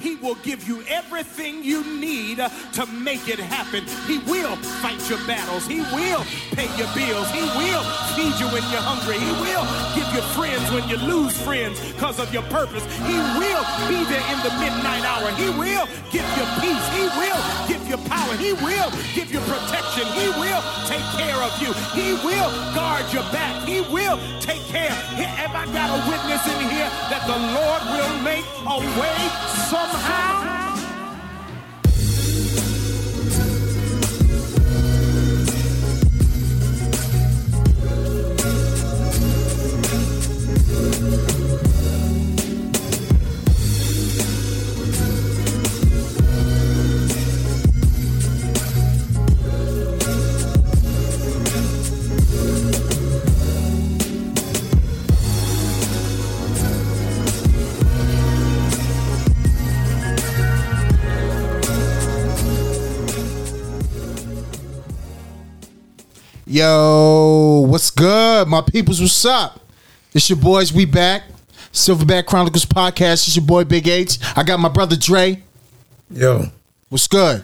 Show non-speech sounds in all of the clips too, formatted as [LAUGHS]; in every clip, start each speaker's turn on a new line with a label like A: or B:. A: He will give you everything you need to make it happen. He will fight your battles. He will pay your bills. He will feed you when you're hungry. He will give you friends when you lose friends because of your purpose. He will be there in the midnight hour. He will give you peace. He will give you power. He will give you protection. He will take care of you. He will guard your back. He will take care. Have I got a witness in here that the Lord will make a way somehow?
B: Yo, what's good, my peoples? What's up? It's your boys. We back. Silverback Chronicles podcast. It's your boy Big H. I got my brother Dre.
C: Yo,
B: What's good?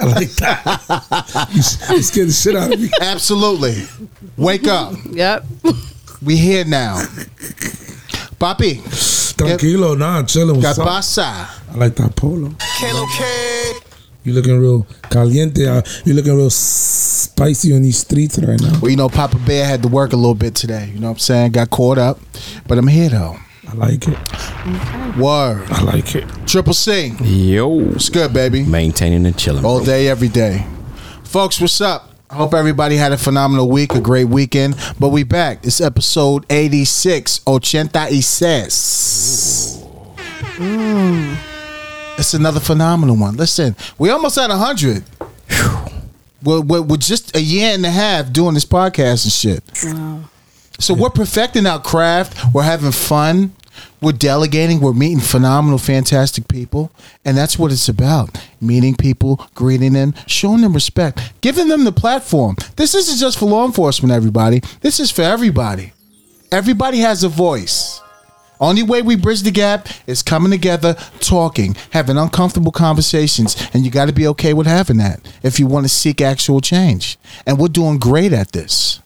C: I like that. [LAUGHS] it's, it's getting the shit out of me.
B: Absolutely. Wake up.
D: Yep.
B: We here now. Papi,
C: Tranquilo, nah, I'm chilling.
B: got
C: What's up?
B: pasa.
C: I like that polo. You looking real caliente. uh, You looking real spicy on these streets right now.
B: Well, you know, Papa Bear had to work a little bit today. You know what I'm saying? Got caught up, but I'm here though.
C: I like it.
B: Word.
C: I like it.
B: Triple C.
E: Yo.
B: What's good, baby?
E: Maintaining and chilling.
B: All
E: bro.
B: day, every day. Folks, what's up? I hope everybody had a phenomenal week, a great weekend. But we back. It's episode 86, 86. Mm. It's another phenomenal one. Listen, we almost at 100. We're, we're, we're just a year and a half doing this podcast and shit. So we're perfecting our craft. We're having fun. We're delegating. We're meeting phenomenal, fantastic people. And that's what it's about meeting people, greeting them, showing them respect, giving them the platform. This isn't just for law enforcement, everybody. This is for everybody. Everybody has a voice. Only way we bridge the gap is coming together, talking, having uncomfortable conversations, and you got to be okay with having that if you want to seek actual change. And we're doing great at this.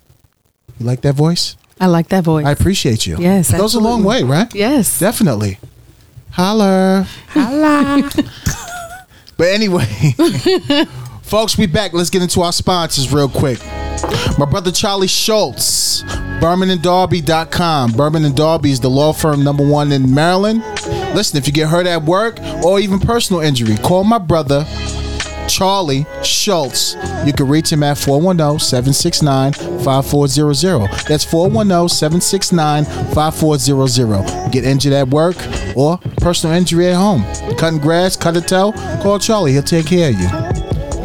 B: You like that voice?
D: I like that voice.
B: I appreciate you.
D: Yes,
B: It goes a long way,
D: absolutely.
B: right?
D: Yes.
B: Definitely. Holler. [LAUGHS] but anyway, [LAUGHS] folks, we back. Let's get into our sponsors real quick. My brother Charlie Schultz, BermanandDarby.com. Berman and Darby is the law firm number one in Maryland. Listen, if you get hurt at work or even personal injury, call my brother Charlie Schultz. You can reach him at 410 769 5400. That's 410 769 5400. Get injured at work or personal injury at home. Cutting grass, cut a toe, call Charlie. He'll take care of you.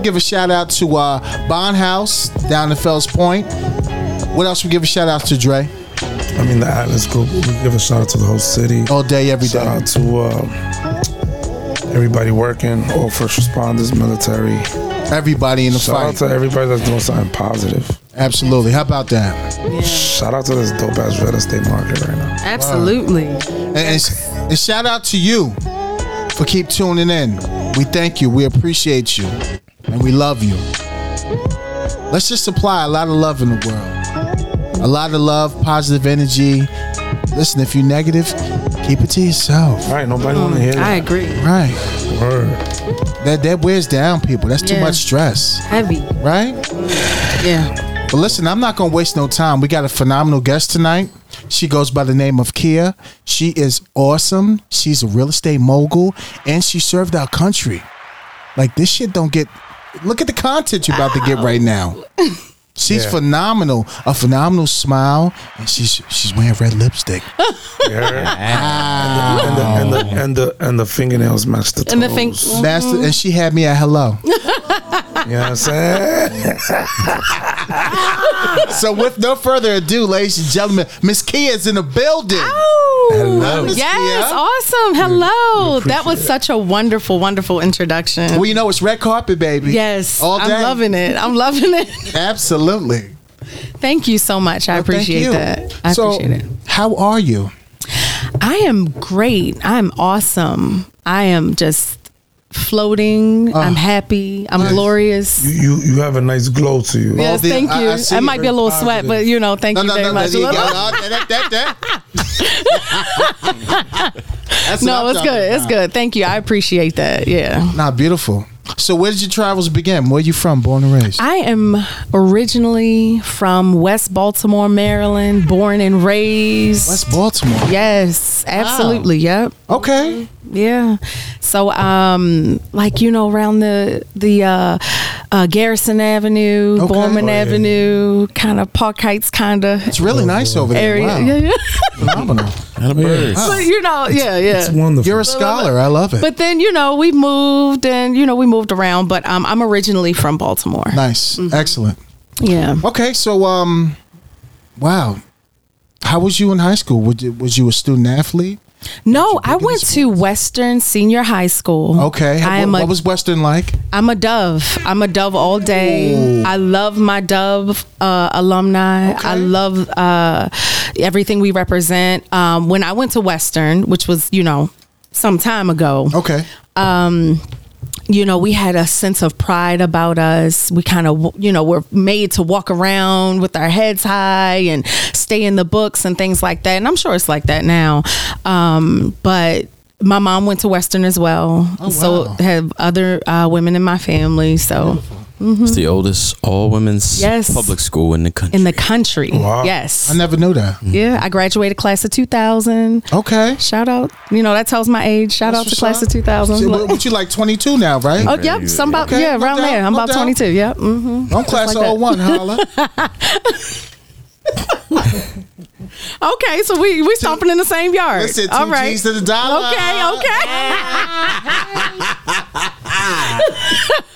B: Give a shout out to uh, Bond House down in Fells Point. What else we give a shout out to, Dre?
C: I mean, the Atlas Group. We give a shout out to the whole city.
B: All day, every
C: Shout
B: day.
C: out to uh, everybody working, all first responders, military.
B: Everybody in the
C: Shout out
B: fight.
C: to everybody that's doing something positive.
B: Absolutely. How about that?
C: Shout out to this dope ass real estate market right now.
D: Absolutely.
B: And, and, and shout out to you for keep tuning in. We thank you. We appreciate you. And we love you. Let's just supply a lot of love in the world. A lot of love, positive energy. Listen, if you're negative, keep it to yourself.
C: All right, nobody want to hear
D: I
C: that.
D: agree.
B: Right.
C: Word.
B: That that wears down people. That's too
D: Yeah.
B: much stress.
D: Heavy.
B: Right?
D: Yeah.
B: But listen, I'm not going to waste no time. We got a phenomenal guest tonight. She goes by the name of Kia. She is awesome. She's a real estate mogul and she served our country. Like this shit don't get Look at the content you're about to get right
D: [LAUGHS]
B: now. She's phenomenal. A phenomenal smile and she's she's wearing red lipstick.
D: Mm-hmm.
C: Yeah. And, the, and, the, and the and the fingernails match the toes.
D: Ah. And the thing.
B: Master and she had me at
D: [LAUGHS]
B: hello.
C: You know what I'm saying?
B: So with no further ado, ladies and gentlemen, Miss Kia is in the building.
D: Hello.
B: Hello.
D: Oh! Yes.
B: Yeah.
D: Awesome. Hello. That was such a wonderful, wonderful introduction.
B: Well, you know it's red carpet, baby.
D: yes.
B: All day.
D: I'm loving it. I'm loving
B: [LAUGHS]
D: it.
B: Absolutely.
D: Thank you so much. I
B: Well, thank
D: appreciate
B: you.
D: that. I
B: so,
D: appreciate it.
B: How are you?
D: I am great. I am awesome. I am just floating. I'm
B: Uh-huh.
D: happy. I'm glorious.
C: You, you you have a nice glow to you.
D: Yes,
B: the-
D: thank
B: I-
D: you.
B: I
D: I,
B: see
D: might
B: you're
D: be a little
B: very
D: sweat, but
B: positive.
D: you know, thank you very much.
B: you
D: No,
B: got-
D: [LAUGHS]
B: oh, that- that- that- that.
D: [LAUGHS]
B: That's what I'm
D: it's
B: talking
D: good. It's
B: about.
D: good. Thank you. I appreciate that. Yeah.
B: Nah, beautiful. So where did your travels begin? Where you from? Born and raised.
D: I am originally from West Baltimore, Maryland, born and raised.
B: West Baltimore.
D: yes, absolutely. Yep.
B: Okay.
D: Yeah. So um like you know around the the uh, uh Garrison Avenue,
B: Okay.
D: Borman
B: Oh, yeah.
D: Avenue, kind of Park Heights kind of
B: It's really nice over there.
D: area.
B: Wow.
D: Yeah, yeah.
B: Phenomenal.
E: And a bird.
D: [LAUGHS] But you know, yeah, yeah.
C: It's wonderful.
B: You're a scholar. I love it.
D: But then you know we moved and you know we moved around, but um, I'm originally from Baltimore.
B: nice.
D: Mm-hmm.
B: Excellent.
D: Yeah,
B: Okay, so um, wow, how was you in high school? Was you, was you a student athlete?
D: no, I went to Western Senior High School.
B: Okay,
D: I am
B: what,
D: a
B: what was Western like?
D: am a Dove. I'm a Dove all day. I love my Dove uh, alumni. I love uh, everything we represent. Um, when I went to Western, which was you know some time ago,
B: Okay,
D: Um, you know, we had a sense of pride about us. We kind of, you know, were made to walk around with our heads high and stay in the books and things like that. And I'm sure it's like that now. Um, but my mom went to Western as well.
B: Oh, wow.
D: So have other uh, women in my family. So
E: It's the oldest all women's
D: Uh-huh. Yes.
E: public school in the country.
D: in the country.
C: Wow.
D: Yes.
B: I never knew that.
D: yeah. I graduated class of 2000.
B: Okay,
D: Shout out. You know, that tells my age. Shout
B: That's
D: out to
B: what's
D: class
B: up.
D: of 2000.
B: See, what, what you like? Twenty two now, right?
D: Oh, yep. Some about,
B: Okay,
D: yeah,
B: no
D: around
B: doubt,
D: there. I'm
B: no
D: about
B: doubt.
D: 22. Yep. hmm
B: I'm class
D: like that.
B: 01,
D: [LAUGHS]
B: holla.
D: Okay, so we we stomping in the same yard.
B: Listen, two
D: All right.
B: G's to the dollar.
D: Okay,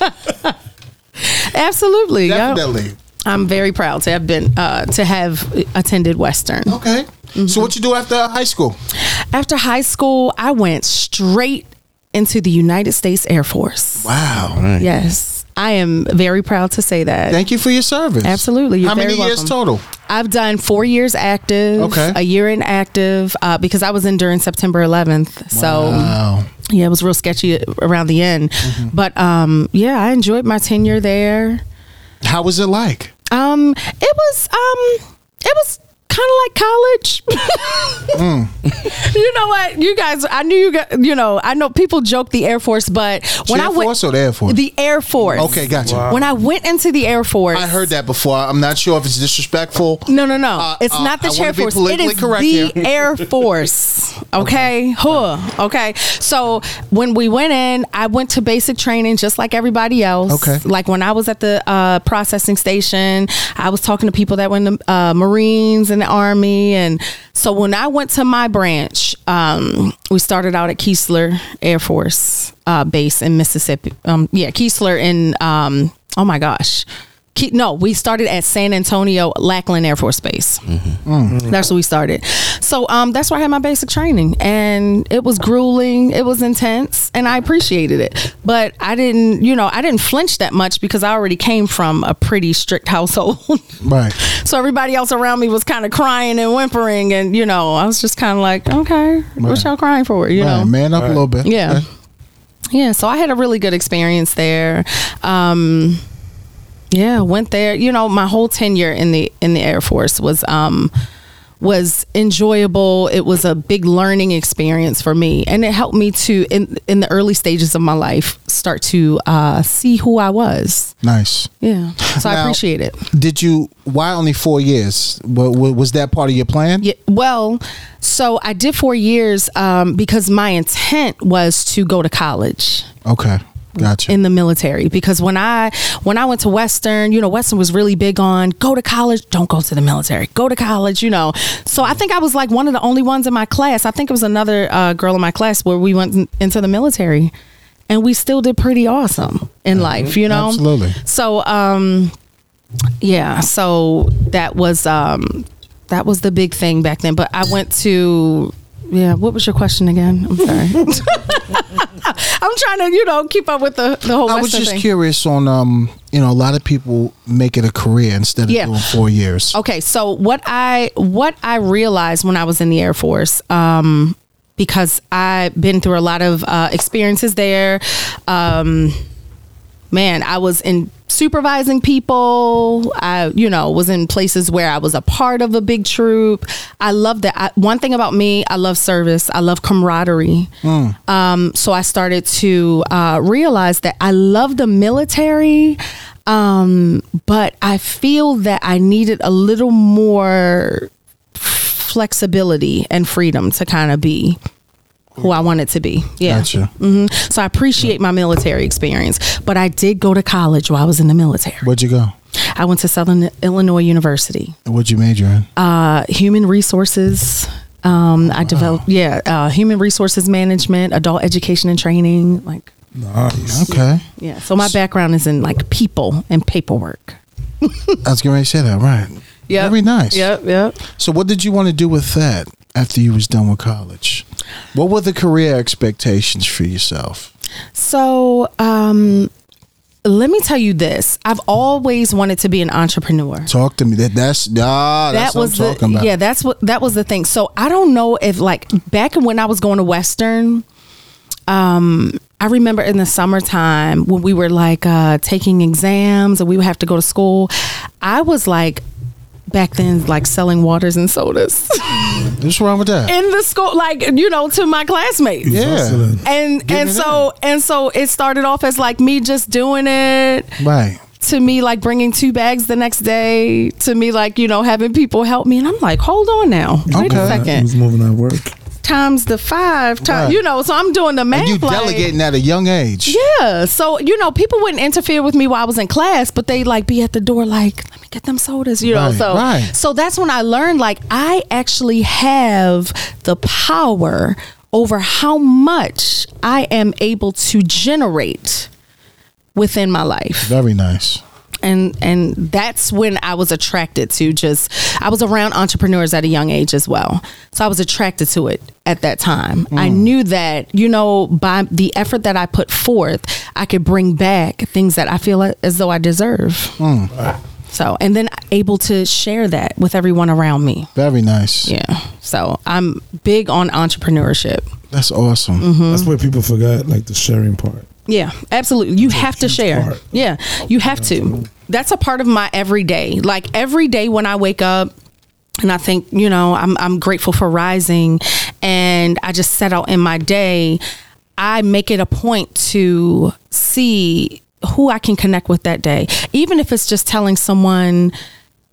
D: okay.
B: [LAUGHS]
D: [LAUGHS] Absolutely. yeah.
B: Definitely.
D: I'm very proud to have been uh, to have attended Western.
B: Okay.
D: Mm-hmm.
B: So what you do after high school?
D: After high school, I went straight into the United States Air Force.
B: Wow.
D: Yes. I am very proud to say that.
B: Thank you for your service.
D: Absolutely, you're
B: How many
D: very
B: years
D: welcome.
B: total?
D: I've done four years active,
B: Okay.
D: a year inactive, uh, because I was in during September 11th. So
B: Wow. Mm-hmm.
D: yeah, it was real sketchy around the end. But um, yeah, I enjoyed my tenure there.
B: How was it like?
D: Um, it was um, it was kind of like college. [LAUGHS]
B: Mm.
D: You know what, you guys? I knew you. Got, you know, I know people joke the Air Force, but when
B: Air
D: I went
B: Force or the Air Force?
D: the Air Force.
B: Okay, gotcha.
D: When I went into the Air Force,
B: I heard that before. I'm not sure if it's disrespectful.
D: No, no, no.
B: Uh,
D: it's
B: uh,
D: not the
B: I wanna
D: Air
B: be
D: Force. It
B: politically
D: is
B: correct
D: the
B: here.
D: [LAUGHS] Air Force. Okay. Huh. Okay. So when we went in, I went to basic training just like everybody else.
B: Okay.
D: Like when I was at the uh, processing station, I was talking to people that were in the uh, Marines and the Army. And so when I went to my branch, um, we started out at Keesler Air Force uh, Base in Mississippi. Um, yeah, Keesler in, um, oh my gosh. Ke- no, we started at San Antonio Lackland Air Force Base. That's where we started. So um, that's where I had my basic training, and it was grueling, it was intense, and I appreciated it. But I didn't, you know, I didn't flinch that much because I already came from a pretty strict [LAUGHS] household.
B: Right.
D: so everybody else around me was kind of crying and whimpering, and you know, I was just kind of like, okay, what
B: Right.
D: y'all crying for? You
B: Right,
D: know,
B: man up a little bit.
D: yeah.
B: Okay.
D: Yeah, so I had a really good experience there. Um, yeah, went there. You know, my whole tenure in the in the Air Force was um, was enjoyable. It was a big learning experience for me, and it helped me to in in the early stages of my life start to uh, see who I was.
B: Nice.
D: Yeah, so I
B: Now-
D: appreciate it.
B: Did you? Why only four years? Wa- wa- Was that part of your plan?
D: Yeah, well, so I did four years um, because my intent was to go to college.
B: Okay, gotcha.
D: in the military because when I when I went to Western, you know, Western was really big on go to college, don't go to the military, go to college, you know. So I think I was like one of the only ones in my class. I think it was another uh, girl in my class where we went in- into the military, and we still did pretty awesome in life, you know.
B: Mm-hmm. Absolutely.
D: So um, yeah. So that was um, that was the big thing back then. But I went to. Yeah, what was your question again? I'm sorry.
B: [LAUGHS]
D: I'm trying to, you know, keep up with the, the whole
B: I was
D: Western
B: just
D: thing.
B: curious on um, you know, a lot of people make it a career instead of
D: Yeah. Oh,
B: doing four years.
D: Okay, so what I what I realized when I was in the Air Force, um, because I've been through a lot of uh, experiences there. Um, man, I was in supervising people. I, you know, was in places where I was a part of a big troop. I love that. I, one thing about me, I love service. I love camaraderie. Um, so I started to uh, realize that I love the military. Um, but I feel that I needed a little more flexibility and freedom to kind of be who I wanted to be. Yeah. Mm-hmm.
B: Gotcha.
D: So I appreciate my military experience, but I did go to college while I was in the military.
B: Where'd you go?
D: I went to Southern Illinois University,
B: And What'd you major in?
D: uh, human resources. Um, I developed, yeah, uh, human resources management, adult education and training. Like,
C: Nice.
B: okay.
D: yeah. So my background is in like people and paperwork.
B: I was getting ready to say that, right.
D: Yeah.
B: Very nice.
D: Yep. Yep.
B: So what did you want to do with that after you was done with college? What were the career expectations for yourself?
D: So, um, let me tell you this. I've always wanted to be an entrepreneur.
B: Talk to me. That that's ah, that's
D: that was
B: what I'm talking
D: the
B: about.
D: yeah that's what that was the thing so i don't know if like back when i was going to western um i remember in the summertime when we were like uh taking exams and we would have to go to school i was like back then like selling waters and sodas [LAUGHS]
B: What's wrong with that?
D: in the school like you know to my classmates
B: Yeah.
C: Hustling.
D: and
B: Giving
D: and
B: it
D: so and so it started off as like me just doing it
B: right.
D: to me like bringing two bags the next day to me like you know having people help me and i'm like hold on now wait
B: Okay.
D: a
C: He was
D: second
C: moving at work.
D: times the five times
B: Right.
D: you know so i'm doing the math
B: And you
D: like-
B: delegating at a young age.
D: yeah so you know people wouldn't interfere with me while i was in class but they like be at the door like let me get them sodas you
B: Right,
D: know so
B: right.
D: so that's when i learned like i actually have the power over how much i am able to generate within my life
B: Very nice.
D: and and that's when I was attracted to just I was around entrepreneurs at a young age as well. So I was attracted to it at that time. I knew that, you know, by the effort that I put forth, I could bring back things that I feel as though I deserve. So, and then able to share that with everyone around me.
B: Very nice.
D: Yeah. So, I'm big on entrepreneurship.
B: That's awesome.
D: Mm-hmm. Hmm.
C: That's where people forgot, like the sharing part.
D: Yeah, absolutely. You have to
C: huge
D: share.
C: part.
D: Yeah, you have to. That's a part of my everyday. Like every day when I wake up and I think, you know, I'm I'm grateful for rising and I just set out in my day, I make it a point to see who I can connect with that day. Even if it's just telling someone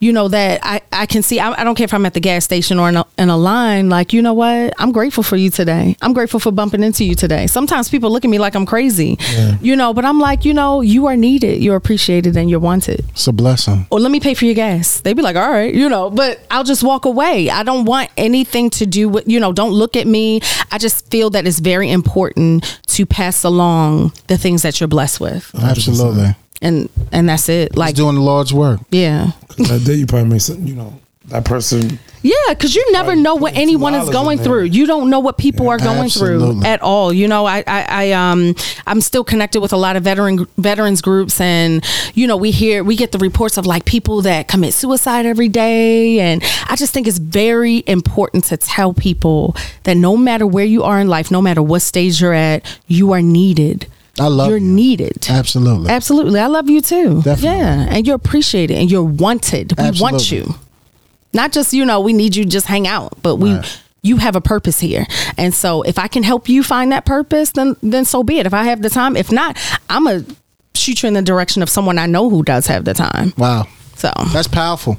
D: you know that I, I can see I, I don't care if i'm at the gas station or in a, in a line like you know what i'm grateful for you today i'm grateful for bumping into you today sometimes people look at me like i'm crazy you know but i'm like you know you are needed you're appreciated and you're wanted
B: It's a blessing.
D: or let me pay for your gas they'd be like all right you know but i'll just walk away i don't want anything to do with you know don't look at me i just feel that it's very important to pass along the things that you're blessed with
B: Absolutely.
D: and and that's it
B: It's
D: like
B: doing the Lord's work.
D: yeah
C: 'Cause that day you probably made some, you know, that person.
D: Yeah, because you never
C: Like,
D: know what
C: putting
D: anyone
C: two
D: is
C: hours
D: going
C: in there.
D: through. You don't know what people are going through
B: absolutely.
D: at all. You know, I, I, I, um, I'm still connected with a lot of veteran veterans groups, and you know, we hear we get the reports of like people that commit suicide every day, and I just think it's very important to tell people that no matter where you are in life, no matter what stage you're at, you are needed.
B: I love
D: you're
B: you.
D: needed.
B: Absolutely.
D: Absolutely. I love you too.
B: Definitely.
D: Yeah. And you're appreciated and you're wanted. We want
B: Absolutely.
D: you. Not just, you know, we need you just hang out, but we
B: Right.
D: you have a purpose here. And so if I can help you find that purpose, then then so be it. If I have the time. If not, I'm a shoot you in the direction of someone I know who does have the time.
B: wow.
D: So
B: That's powerful.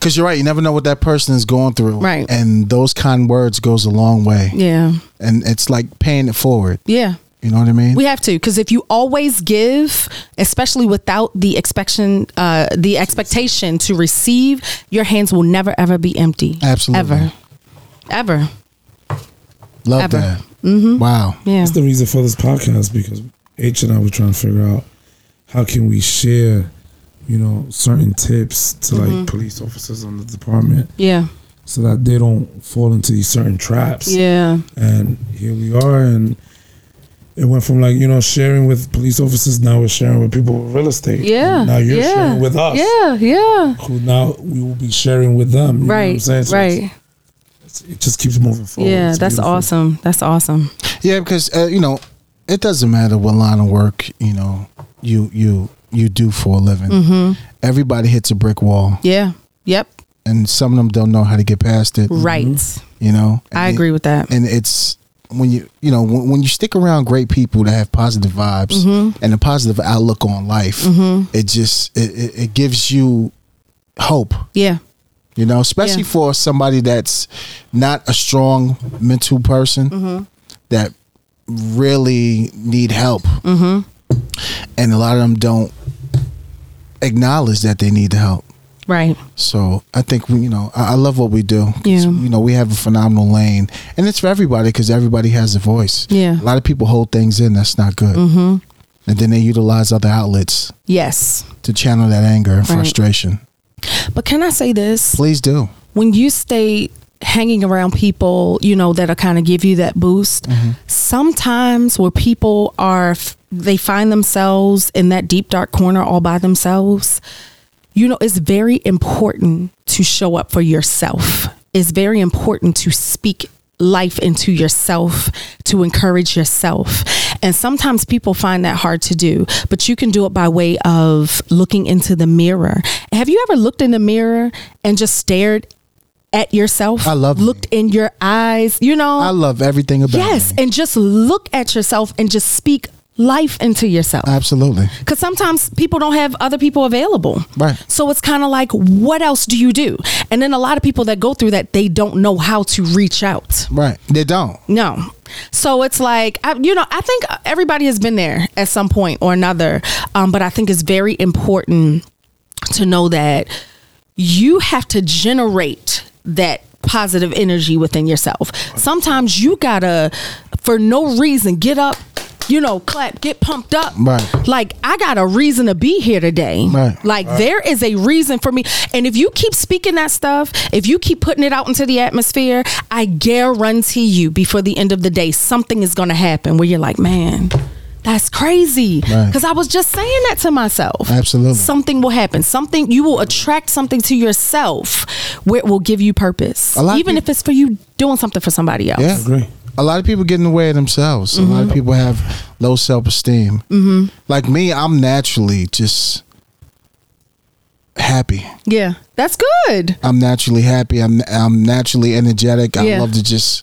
B: Cause you're right. You never know what that person is going through.
D: Right.
B: And those kind words goes a long way.
D: yeah.
B: And it's like paying it forward.
D: Yeah.
B: You know what I mean?
D: We have to because if you always give, especially without the expectation, uh, the expectation to receive, your hands will never ever be empty.
B: Absolutely.
D: ever, ever.
B: Love
D: ever.
B: that. Mm-hmm. Wow.
D: Yeah,
C: That's the reason for this podcast because H and I were trying to figure out how can we share, you know, certain tips to
D: Mm-hmm.
C: like police officers on the department
D: yeah,
C: so that they don't fall into these certain traps.
D: yeah,
C: And here we are, and it went from like you know sharing with police officers. Now we're sharing with people with real estate.
D: yeah.
C: Now you're
D: yeah.
C: sharing with us.
D: Yeah, yeah.
C: Who now we will be sharing with them. You know what I'm
D: Right,
C: saying? So it's-
D: right.
C: it's- it just keeps moving forward.
D: yeah,
C: It's
D: that's
C: beautiful.
D: awesome. That's awesome.
B: Yeah, because uh, you know, it doesn't matter what line of work you know you you you do for a living.
D: Mm-hmm.
B: Everybody hits a brick wall,
D: Yeah. Yep.
B: and some of them don't know how to get past it.
C: Mm-hmm.
D: Right.
B: You know,
D: I
B: And it-
D: agree with that.
B: and it's when you you know when, when you stick around great people that have positive vibes and a positive outlook on life, it just it, it, it gives you hope.
D: yeah.
B: You know, especially
D: Yeah.
B: for somebody that's not a strong mental person that really need help, mm-hmm. and a lot of them don't acknowledge that they need the help.
D: Right.
B: So I think we, you know, I, I love what we do. 'Cause,
D: Yeah.
B: You know, we have a phenomenal lane, and it's for everybody because everybody has a voice.
D: Yeah.
B: A lot of people hold things in that's not good, mm-hmm. and then they utilize other outlets
D: Yes.
B: to channel that anger and
D: Right.
B: frustration.
D: But can I say this?
B: Please do.
D: when you stay hanging around people, you know, that'll kind of give you that boost, sometimes where people are, f- they find themselves in that deep, dark corner all by themselves, you know, it's very important to show up for yourself. It's very important to speak life into yourself, to encourage yourself. And sometimes people find that hard to do, but you can do it by way of looking into the mirror. Have you ever looked in the mirror and just stared at yourself?
B: I love me.
D: looked in your eyes, you know?
B: I love everything about.
D: Oh. yes,
B: me.
D: and just look at yourself and just speak life into yourself
B: absolutely.
D: because sometimes people don't have other people available.
B: Right.
D: So it's kind of like, what else do you do? And then a lot of people that go through that, they don't know how to reach out.
B: Right. They don't.
D: No. So it's like, I, you know, I think everybody has been there at some point or another. Um, but I think it's very important to know that you have to generate that positive energy within yourself. Sometimes you gotta, for no reason, get up, you know, clap, get pumped up.
B: Right.
D: Like, I got a reason to be here today.
B: Right.
D: Like, there is a reason for me. And if you keep speaking that stuff, if you keep putting it out into the atmosphere, I guarantee you before the end of the day, something is gonna happen where you're like, man, that's crazy.
B: Right.
D: Because I was just saying that to myself.
B: Absolutely.
D: Something will happen. Something you will attract something to yourself where it will give you purpose.
B: A lot of
D: Even if it's for you doing something for somebody else.
B: Yeah.
C: Agree.
B: A lot of people get in the way of themselves. A
D: Mm-hmm.
B: lot of people have low self esteem. Mm-hmm. Like me, I'm naturally just happy.
D: Yeah. That's good.
B: I'm naturally happy. I'm I'm naturally energetic. I
D: Yeah.
B: love to just,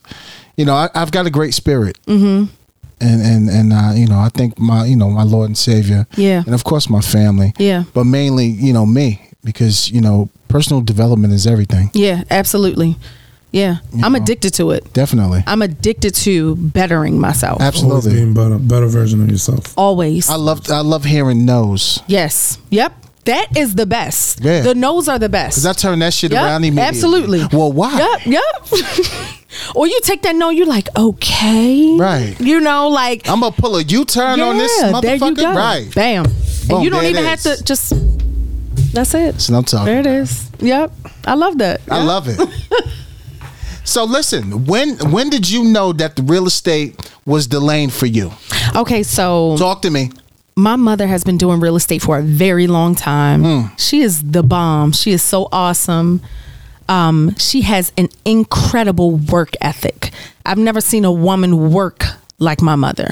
B: you know, I, I've got a great spirit. Mm-hmm. And and and uh, you know, I think my you know my Lord and Savior.
D: Yeah.
B: And of course my family.
D: Yeah.
B: But mainly, you know, me because you know personal development is everything.
D: Yeah, absolutely. Yeah. I'm
B: know.
D: addicted to it.
B: Definitely.
D: I'm addicted to bettering myself.
C: Always
B: Absolutely.
C: being better, better version of yourself.
D: Always.
B: I love I love hearing no's.
D: yes. Yep. That is the best.
B: Yeah.
D: The no's are the best.
B: Cause I turn that shit
D: Yup,
B: around immediately.
D: Absolutely.
B: Well, why?
D: Yep, yep. [LAUGHS] or you take that no, you're like, okay.
B: Right.
D: You know, like
B: I'm gonna pull a U-turn on this
D: Yeah, there you
B: motherfucker.
D: go.
B: Right.
D: Bam.
B: Boom,
D: and you don't
B: there it
D: even have
B: is.
D: to just that's it.
B: That's what I'm talking.
D: There it
B: about.
D: is. Yep. I love that.
B: I love
D: [LAUGHS]
B: it. so listen, when when did you know that the real estate was the lane for you?
D: Okay, so
B: Talk to me.
D: my mother has been doing real estate for a very long time. She is the bomb. She is so awesome. Um, she has an incredible work ethic. I've never seen a woman work like my mother.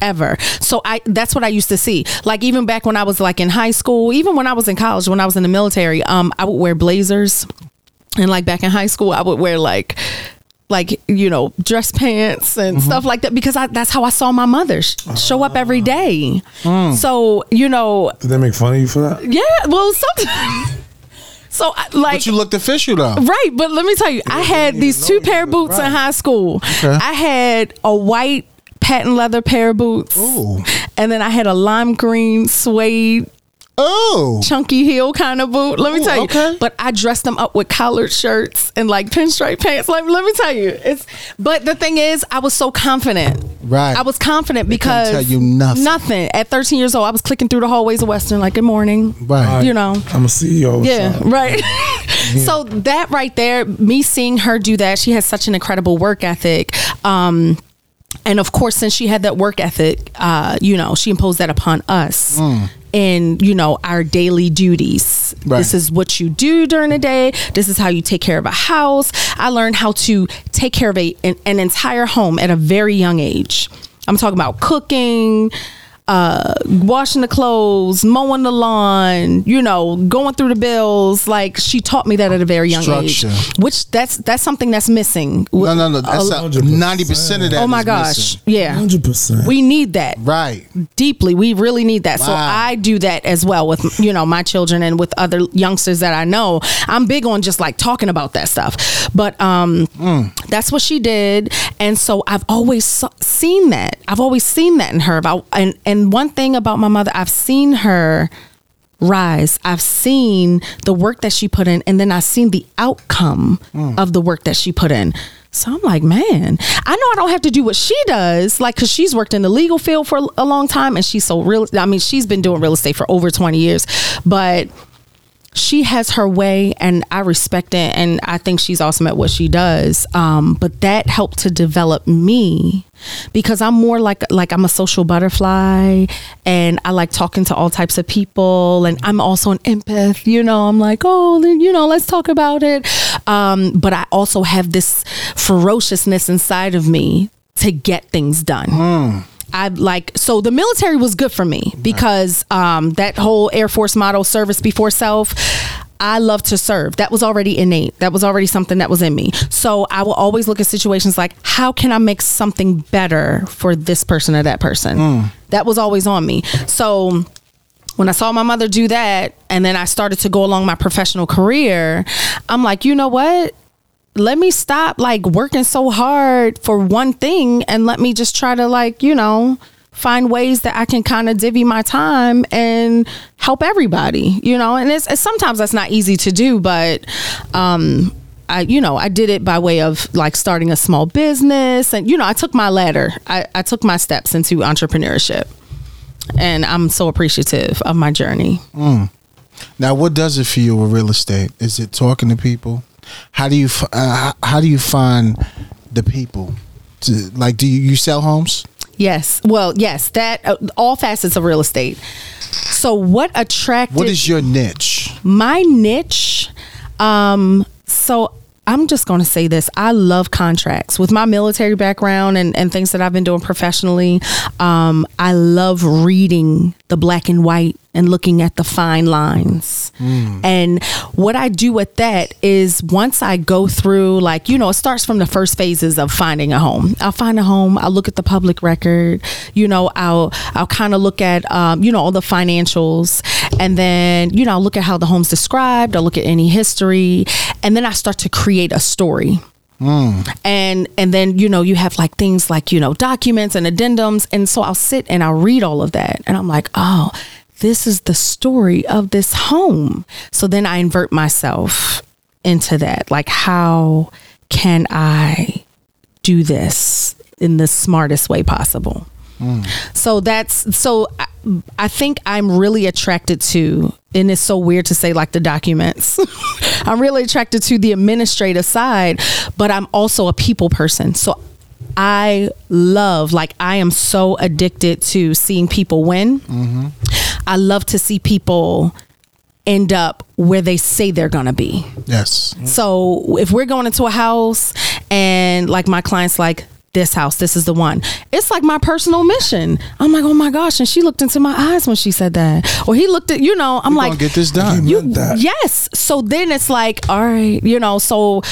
D: Ever. So I that's what I used to see. Like even back when I was like in high school, even when I was in college, when I was in the military, um, I would wear blazers. And like back in high school, I would wear like like you know dress pants and
B: Mm-hmm.
D: stuff like that because I, that's how I saw my mother sh- show up
B: Ah.
D: every day.
B: Mm.
D: So you know,
C: Did they make fun of you for that?
D: yeah. Well, sometimes. [LAUGHS] so I- like
B: But you looked official though.
D: Right, but let me tell you, I had these two pair of boots in high school. I had a white patent leather pair of boots,
B: Ooh.
D: and then I had a lime green suede
B: Oh.
D: chunky heel kind of boot. Let me
B: Ooh,
D: tell you.
B: okay.
D: But I dressed them up with collared shirts and like pinstripe pants. Like, let me tell you, it's. But the thing is, I was so confident.
B: Right.
D: I was confident
B: couldn't
D: because
B: tell you nothing.
D: At 13 years old, I was clicking through the hallways of Western like, "Good morning."
B: Right.
D: You know.
C: I'm a E CEO. what's
D: Yeah,
C: up?
D: right. [LAUGHS] So that right there, me seeing her do that, she has such an incredible work ethic. Um, and of course, since she had that work ethic, uh, you know, she imposed that upon us. in you know our daily duties.
B: Mm. Right.
D: This is what you do during the day. This is how you take care of a house. I learned how to take care of a, an, an entire home at a very young age. I'm talking about cooking, uh, washing the clothes, mowing the lawn, you know, going through the bills. Like she taught me that at a very young
B: Structure.
D: age, which that's that's something that's missing.
B: No, no, no. That's
D: A-
B: not- 90% of that.
D: oh my
B: is
D: gosh,
B: missing.
D: yeah,
C: Hundred percent.
D: we need that
B: Right.
D: deeply. We really need that. So
B: Wow.
D: I do that as well with you know my children and with other youngsters that I know. I'm big on just like talking about that stuff. But um that's what she did and so I've always so- seen that. I've always seen that in her about and and one thing about my mother, I've seen her rise. I've seen the work that she put in, and then I've seen the outcome of the work that she put in. So I'm like, man, I know I don't have to do what she does, like, cause she's worked in the legal field for a long time, and she's so real. I mean, she's been doing real estate for over 20 years, but she has her way, and I respect it, and I think she's awesome at what she does. Um, but that helped to develop me because I'm more like like I'm a social butterfly, and I like talking to all types of people, and I'm also an empath. You know, I'm like, oh, then, you know, let's talk about it. Um, but I also have this ferociousness inside of me to get things done. I like so the military was good for me because um, that whole Air Force model service before self. I love to serve. That was already innate. That was already something that was in me. So I will always look at situations like, how can I make something better for this person or that person? That was always on me. So when I saw my mother do that, and then I started to go along my professional career, I'm like, you know what? let me stop like working so hard for one thing and let me just try to like you know find ways that I can kind of divvy my time and help everybody you know and it's, it's sometimes that's not easy to do but um I you know I did it by way of like starting a small business and you know I took my ladder I, I took my steps into entrepreneurship and I'm so appreciative of my journey
B: Now, what does it for you with real estate? Is it talking to people? How do you f- uh, how- how do you find the people? To, like, do you, you sell homes?
D: yes well yes that uh, all facets of real estate so what attracted
B: What is your niche?
D: my niche um so i'm just going to say this i love contracts with my military background and, and things that i've been doing professionally um i love reading the black and white and looking at the fine lines
B: Hmm.
D: and what i do with that is once i go through like you know it starts from the first phases of finding a home i'll find a home i'll look at the public record you know i'll i'll kind of look at um, you know all the financials and then you know i'll look at how the home's described i'll look at any history and then i start to create a story and and then you know you have like things like you know documents and addendums and so i'll sit and i'll read all of that and i'm like oh this is the story of this home so then i invert myself into that like how can i do this in the smartest way possible so that's so I, I think I'm really attracted to and it's so weird to say like the documents. [LAUGHS] I'm really attracted to the administrative side, but I'm also a people person. So I love like I am so addicted to seeing people win. I love to see people end up where they say they're going to be.
B: Yes.
D: So if we're going into a house and like my client's like, this house, this is the one. It's like my personal mission. I'm like, oh my gosh. And she looked into my eyes when she said that. Or he looked at, you know, I'm
B: We're
D: like,
B: gonna get this done.
C: you meant that.
D: Yes. So then it's like, all right, you know, so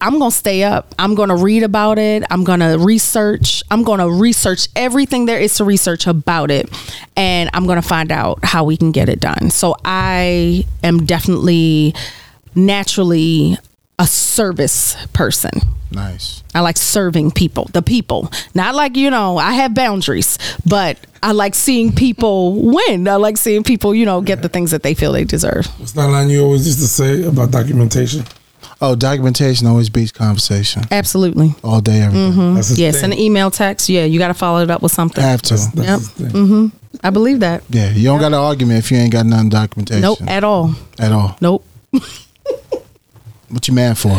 D: I'm going to stay up. I'm going to read about it. I'm going to research. I'm going to research everything there is to research about it. And I'm going to find out how we can get it done. So I am definitely naturally a service person.
B: Nice.
D: I like serving people, the people. Not like, you know, I have boundaries, but I like seeing people win. I like seeing people, you know, get the things that they feel they deserve.
C: What's that line you always used to say about documentation?
B: Oh, documentation always beats conversation
D: Absolutely.
B: all day, every day.
D: Mm-hmm.
C: That's his
D: Yes,
C: thing.
D: an email text. Yeah, you got to follow it up with something.
B: Have to.
C: That's, that's his thing.
D: Mm-hmm. I believe that.
B: Yeah, you don't got an argument if you ain't got none documentation.
D: Nope, at all.
B: at all.
D: Nope. [LAUGHS]
B: What you mad for?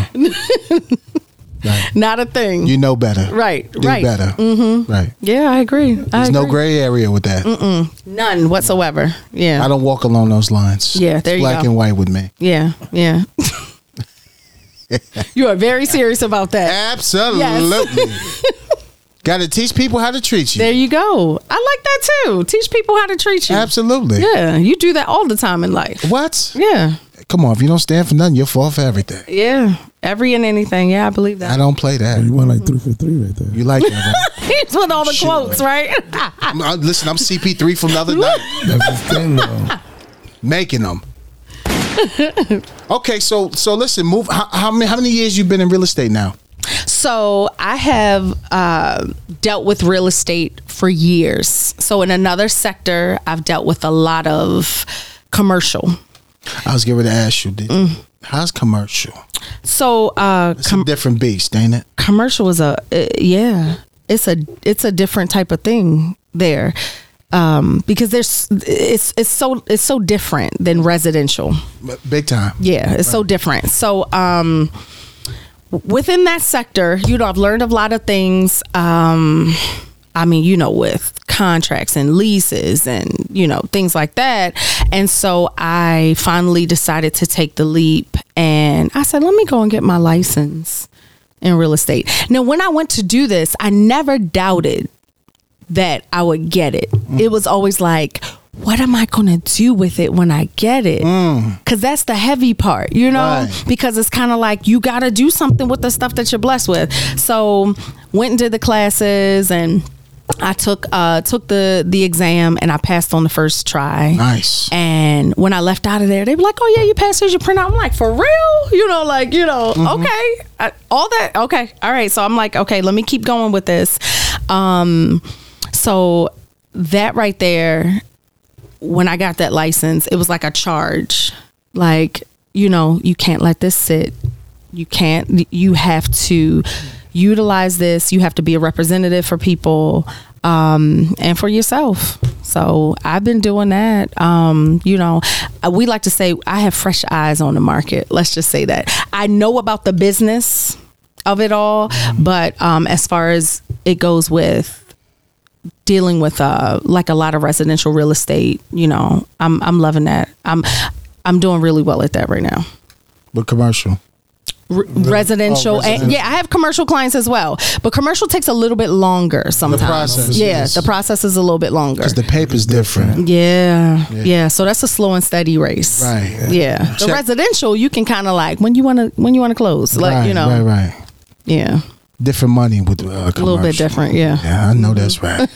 D: Not a thing.
B: You know better.
D: Right,
B: Do
D: right.
B: better. Mm-hmm. Right.
D: yeah, I agree. I
B: There's
D: agree.
B: no gray area with that.
D: None whatsoever. Yeah.
B: I don't walk along those lines.
D: Yeah, there
B: it's
D: you
B: black
D: go.
B: and white with me.
D: yeah.
B: [LAUGHS]
D: Yeah. you are very serious about that.
B: Absolutely.
D: [LAUGHS]
B: Got to teach people how to treat you.
D: There you go. I like that too. Teach people how to treat you.
B: Absolutely.
D: Yeah. You do that all the time in life.
B: What?
D: Yeah.
B: Come on, if you don't stand for nothing, you'll fall for everything.
D: Yeah. Every and anything. Yeah, I believe
B: I
D: that.
B: don't play that.
C: You went like three for three right there.
B: You like that,
D: [LAUGHS]
B: right?
D: He's with all the
B: Shoot.
D: quotes, right?
B: I'm, I'm- listen, I'm CP3 from the other night,
C: That's the thing, though.
B: making them. [LAUGHS] okay, so so listen, move. How, how many how many years you been in real estate now?
D: So I have uh, dealt with real estate for years. So in another sector, I've dealt with a lot of commercial.
B: I was getting ready to ask you, did,
D: Mm.
B: how's commercial?
D: So uh,
B: It's a different beast, ain't it?
D: commercial is a uh, yeah, it's a it's a different type of thing there um, because there's it's it's so it's so different than residential.
B: But big time.
D: Yeah, it's so different. So, um, w- within that sector, you know, I've learned a lot of things. Um, I mean, you know, with contracts and leases and, you know, things like that. And so I finally decided to take the leap and I said, let me go and get my license in real estate. Now, when I went to do this, I never doubted that I would get it. It was always like, what am I going to do with it when I get it? Because that's the heavy part, you know?
B: Right.
D: Because it's kind of like you got to do something with the stuff that you're blessed with. So, went and did the classes and I took uh, took the the exam and I passed on the first try.
B: Nice.
D: And when I left out of there, they were like, "Oh yeah, you passed. Here's your printout." I'm like, "For real? You know, like you know, okay, I, all that, okay, all right." So I'm like, "Okay, let me keep going with this." Um, so that right there, when I got that license, it was like a charge. Like you know, you can't let this sit. You can't. You have to utilize this. You have to be a representative for people um, and for yourself. So I've been doing that. Um, you know, uh, we like to say I have fresh eyes on the market. Let's just say that I know about the business of it all, but um, as far as it goes with dealing with uh, like a lot of residential real estate, you know, I'm I'm loving that. I'm I'm doing really well at that right now
B: But commercial.
D: re- residential,
B: Oh, residential.
D: and yeah, I have commercial clients as well. But commercial takes a little bit longer sometimes.
B: process
D: yeah,
B: is-
D: the process is a little bit longer.
B: The paper's different.
D: yeah, yeah, So that's a slow and steady race.
B: Right.
D: Yeah. The
B: Check-
D: residential, you can kind of like when you want to when you want to close, like
B: right,
D: you know,
B: Right, right.
D: yeah,
B: Different money with uh,
D: a little bit different. Yeah.
B: Yeah, I know that's
D: [LAUGHS]
B: right.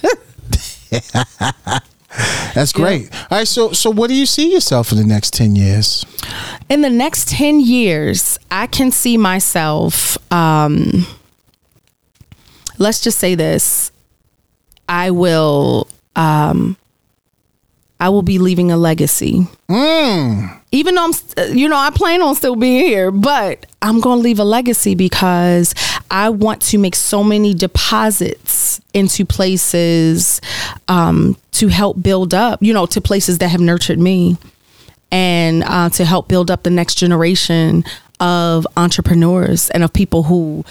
B: [LAUGHS] that's great. All right, so so what do you see yourself in the next ten years?
D: In the next ten years, I can see myself. Um, let's just say this: I will, um, I will be leaving a legacy. even though I'm, st- uh, you know, I plan on still being here, but I'm going to leave a legacy because I want to make so many deposits into places um, to help build up, you know, to places that have nurtured me and uh, to help build up the next generation of entrepreneurs and of people who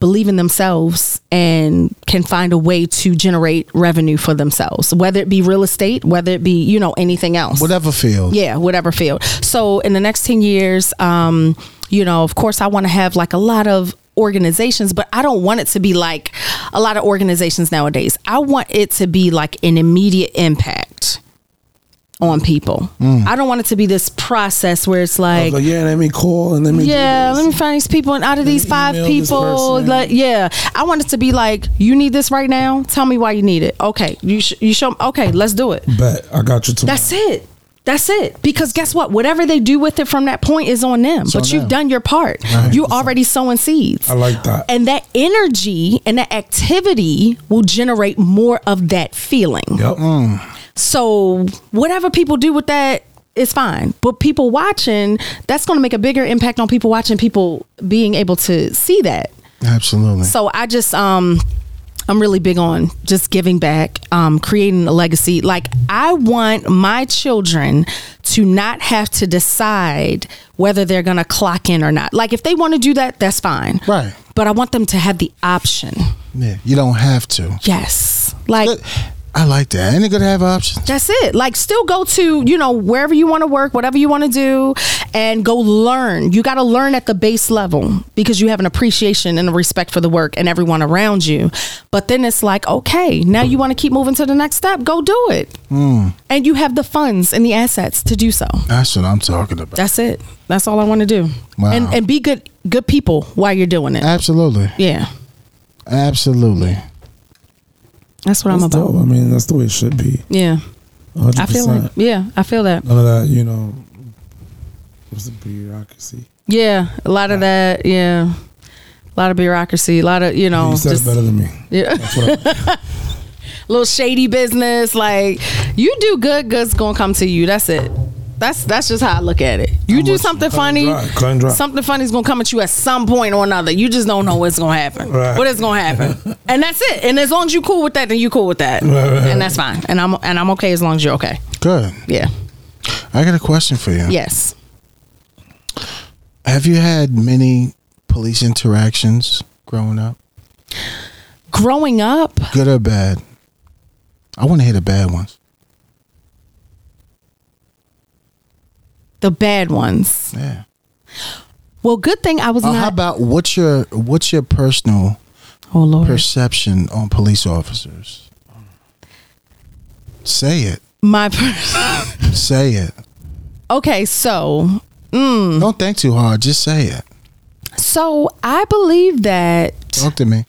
D: believe in themselves and can find a way to generate revenue for themselves, whether it be real estate, whether it be, you know, anything else.
B: Whatever field.
D: Yeah, whatever field. So in the next 10 years, um, you know, of course I want to have like a lot of organizations, but I don't want it to be like a lot of organizations nowadays. I want it to be like an immediate impact on people.
C: Mm.
D: I don't want it to be this process where it's
C: I was
D: like
C: like, yeah, let me call and let me. do
D: yeah,
C: this.
D: let me find these people, and out of these five
C: email this
D: people,
C: person.
D: like, yeah, I want it to be like, you need this right now. Tell me why you need it. Okay, you sh- you show. Okay, let's do it.
C: Bet I got you tomorrow.
D: That's it. That's it. Because guess what? Whatever they do with it from that point is on them. but
B: on
D: you've
B: them.
D: done your part. You're already sowing seeds.
C: I like that.
D: and that energy and that activity will generate more of that feeling.
C: Yep.
B: Mm,
D: So whatever people do with that is fine. But people watching, that's going to make a bigger impact on people watching, people being able to see that.
B: Absolutely.
D: So I just um I'm really big on just giving back, um, creating a legacy. Like I want my children to not have to decide whether they're gonna clock in or not. Like if they want to do that, that's fine.
B: Right.
D: but I want them to have the option.
B: Yeah, you don't have to.
D: Yes. Like
B: But I like that. Ain't it good to have options?
D: that's it. Like still go to, you know, wherever you want to work, whatever you want to do and go learn. You got to learn at the base level because you have an appreciation and a respect for the work and everyone around you. But then it's like, okay, now you want to keep moving to the next step, go do it.
C: Hmm.
D: And you have the funds and the assets to do so.
B: That's what I'm talking about.
D: That's it. That's all I want to do.
B: Wow.
D: And and be good good people while you're doing it.
B: Absolutely.
D: Yeah.
B: Absolutely.
D: That's what
C: That's
D: I'm about.
C: dope. I mean, that's the way it should be.
D: Yeah.
C: 100%.
D: I feel like yeah, I feel that.
C: None of that, you know, was the bureaucracy.
D: Yeah, a lot of that. Yeah, a lot of bureaucracy. A lot of you know,
C: you said
D: Oh, just
C: it better than me.
D: [LAUGHS] yeah,
C: That's what I,
D: little shady business. Like you do good, good's gonna come to you. That's it. That's that's just how I look at it. You
C: I'm
D: do
C: with you.
D: something
C: Cut and
D: funny,
C: dry, cut and dry.
D: something funny's gonna come at you at some point or another. You just don't know what's gonna happen.
C: Right.
D: What is
C: [LAUGHS]
D: gonna happen, and that's it. And as long as you cool with that, then you cool with that,
C: Right, right,
D: and that's fine. And I'm and I'm okay as long as you're okay.
B: Good.
D: Yeah.
B: I got a question for you.
D: Yes.
B: Have you had many police interactions growing up?
D: Growing up,
B: Good or bad? I want to hear the bad ones.
D: the bad ones.
B: Yeah.
D: Well, good thing I was
C: Uh,
B: Or
D: not.
B: how about what's your what's your personal
D: oh Lord.
B: perception on police officers? Say it.
D: my [LAUGHS] per-
B: Say it.
D: okay so Mm-hmm.
B: Don't think too hard. Just say it.
D: so i believe that
B: Talk to me.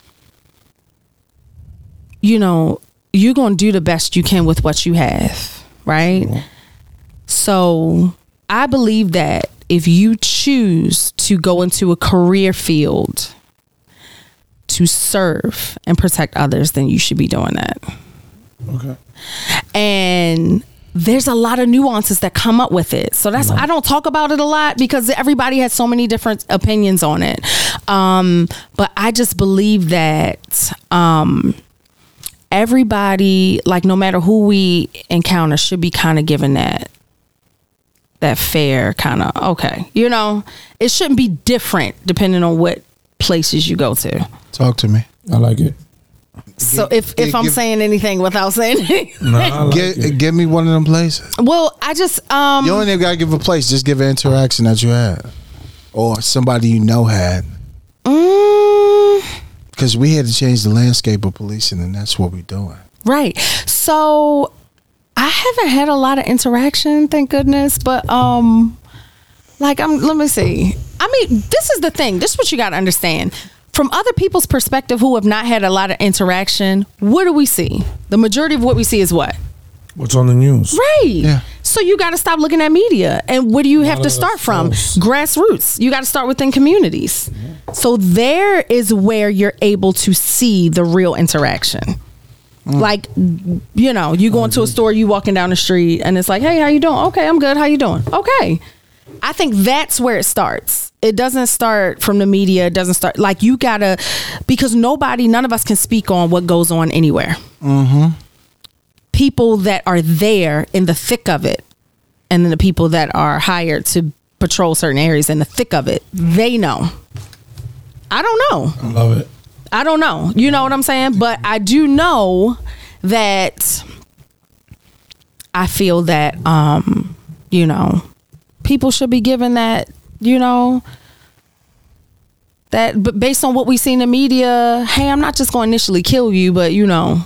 D: you know you're gonna do the best you can with what you have right so i believe that if you choose to go into a career field to serve and protect others then you should be doing that
C: okay.
D: and there's a lot of nuances that come up with it. So that's I don't talk about it a lot because everybody has so many different opinions on it. Um, but I just believe that um, everybody, like no matter who we encounter, should be kind of given that that fair kind of okay. You know, it shouldn't be different depending on what places you go to.
B: Talk to me.
C: I like
D: [LAUGHS]
C: it.
D: So if if
B: yeah,
D: I'm
B: give-
D: saying anything without saying [LAUGHS] anything,
C: No, I like
B: Give,
C: it.
B: give me one of them places.
D: well, I just um
B: You only got to give a place. Just give an interaction that you had, or somebody you know had.
D: Mm,
B: Because we had to change the landscape of policing, and that's what we're doing.
D: right. So I haven't had a lot of interaction, thank goodness. But um, like I'm. Let me see. I mean, this is the thing. This is what you got to understand. From other people's perspective, who have not had a lot of interaction, what do we see? The majority of what we see is what.
C: What's on the news?
D: Right.
B: Yeah.
D: So you got to stop looking at media, and where do you have to
C: of
D: start
C: that's
D: from?
C: false.
D: Grassroots. You got to start within communities. So there is where you're able to see the real interaction. Like, you know, you going to a store, you walking down the street, and it's like, hey, how you doing? Okay, I'm good. How you doing? Okay. I think that's where it starts. It doesn't start from the media. It doesn't start like you gotta because nobody, none of us can speak on what goes on anywhere people that are there in the thick of it and then the people that are hired to patrol certain areas in the thick of it they know i don't know
C: I love it.
D: i don't know you know what i'm saying but i do know that i feel that um you know people should be given that you know that but based on what we see in the media hey i'm not just going to initially kill you but you know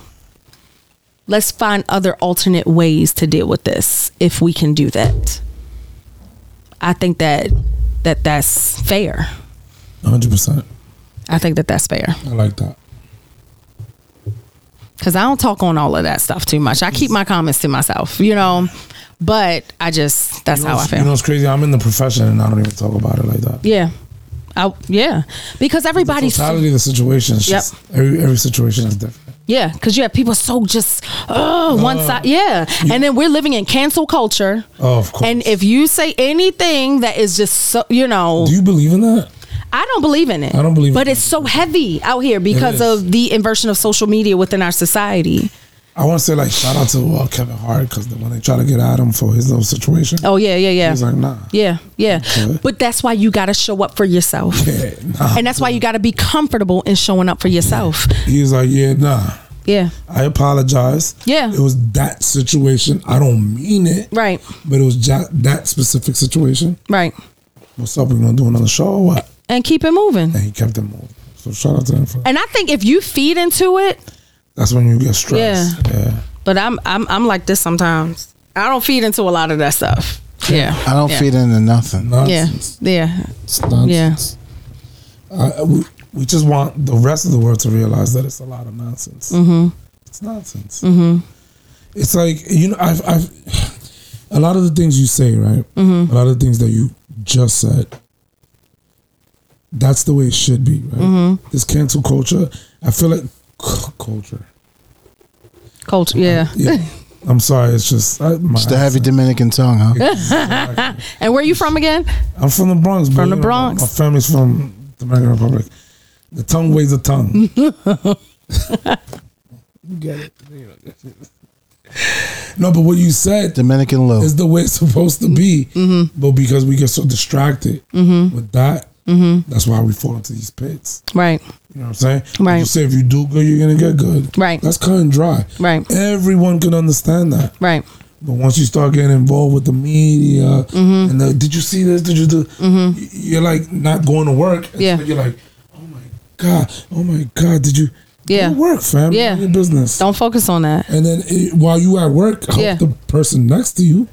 D: let's find other alternate ways to deal with this if we can do that i think that that that's fair
C: 100%.
D: i think that that's fair
C: I like that.
D: because i don't talk on all of that stuff too much i keep my comments to myself you know but i just that's
C: you know,
D: how i
C: You know,
D: feel
C: it's crazy. I'm in the profession and I don't even talk about it like that.
D: yeah I, yeah because everybody's so-
C: Totality of the situation. It's
D: Yep.
C: just, every, every situation is different.
D: Yeah, because you have people so just oh, one side. Yeah, and then we're living in cancel culture.
C: Oh, of course.
D: And if you say anything that is just so, you know,
C: Do you believe in that?
D: I don't believe in it.
C: I don't believe
D: But
C: in
D: it's so heavy out here because
C: is.
D: of the inversion of social media within our society.
C: I want to say like shout out to uh, Kevin Hart because when they try to get at him for his little situation,
D: Oh yeah, yeah, yeah.
C: he's like nah,
D: Yeah, yeah.
C: Okay.
D: But that's why you got to show up for yourself.
C: yeah, nah.
D: And that's why you got to be comfortable in showing up for yourself.
C: He's like yeah, nah.
D: Yeah.
C: I apologize.
D: Yeah.
C: it was that situation. I don't mean it.
D: Right.
C: But it was ja- that specific situation.
D: Right.
C: What's up? We gonna do another show or what?
D: And keep it moving.
C: And he kept it moving. So shout out to him for
D: And I think if you feed into it,
C: That's when you get stressed. Yeah.
D: but I'm I'm I'm like this sometimes. I don't feed into a lot of that stuff. Yeah.
B: I don't
D: yeah.
B: feed into nothing.
D: Yeah.
C: Nonsense.
D: Yeah.
C: It's nonsense. I- I- we, we just want the rest of the world to realize that it's a lot of nonsense. Mm-hmm. It's nonsense. Mm-hmm. It's like, you know, I've, I've, a lot of the things you say, right? Mm-hmm. A lot of the things that you just said, that's the way it should be, right? This cancel culture, I feel like [LAUGHS] c- culture.
D: Culture. Yeah.
C: [LAUGHS] Yeah. I'm sorry, it's just, I, my
B: It's the heavy Dominican tongue,
D: [LAUGHS]
B: huh?
D: And where you from again?
C: I'm from the Bronx, bro.
D: From the
C: You know,
D: Bronx.
C: My family's from the Dominican Republic. The tongue weighs a
D: [LAUGHS]
C: ton. get it. No, but what you said
B: Dominican low.
C: is the way it's supposed to be.
D: Mm-hmm.
C: But because we get so distracted with that,
D: Mm-hmm.
C: that's why we fall into these pits.
D: Right.
C: You know what I'm saying?
D: Right.
C: You say if you do good, you're gonna get good.
D: Right.
C: That's cut and dry.
D: Right.
C: Everyone can understand that.
D: Right.
C: But once you start getting involved with the media
D: Mm-hmm.
C: and the, did you see this? Did you do? y- You're like not going to work. And
D: Yeah.
C: so You're like, oh my god, oh my god, did you?
D: Yeah.
C: Go to work, fam.
D: Yeah.
C: Mind Your business.
D: Don't focus on that.
C: And then it, while you at work, help
D: Yeah.
C: the person next to you,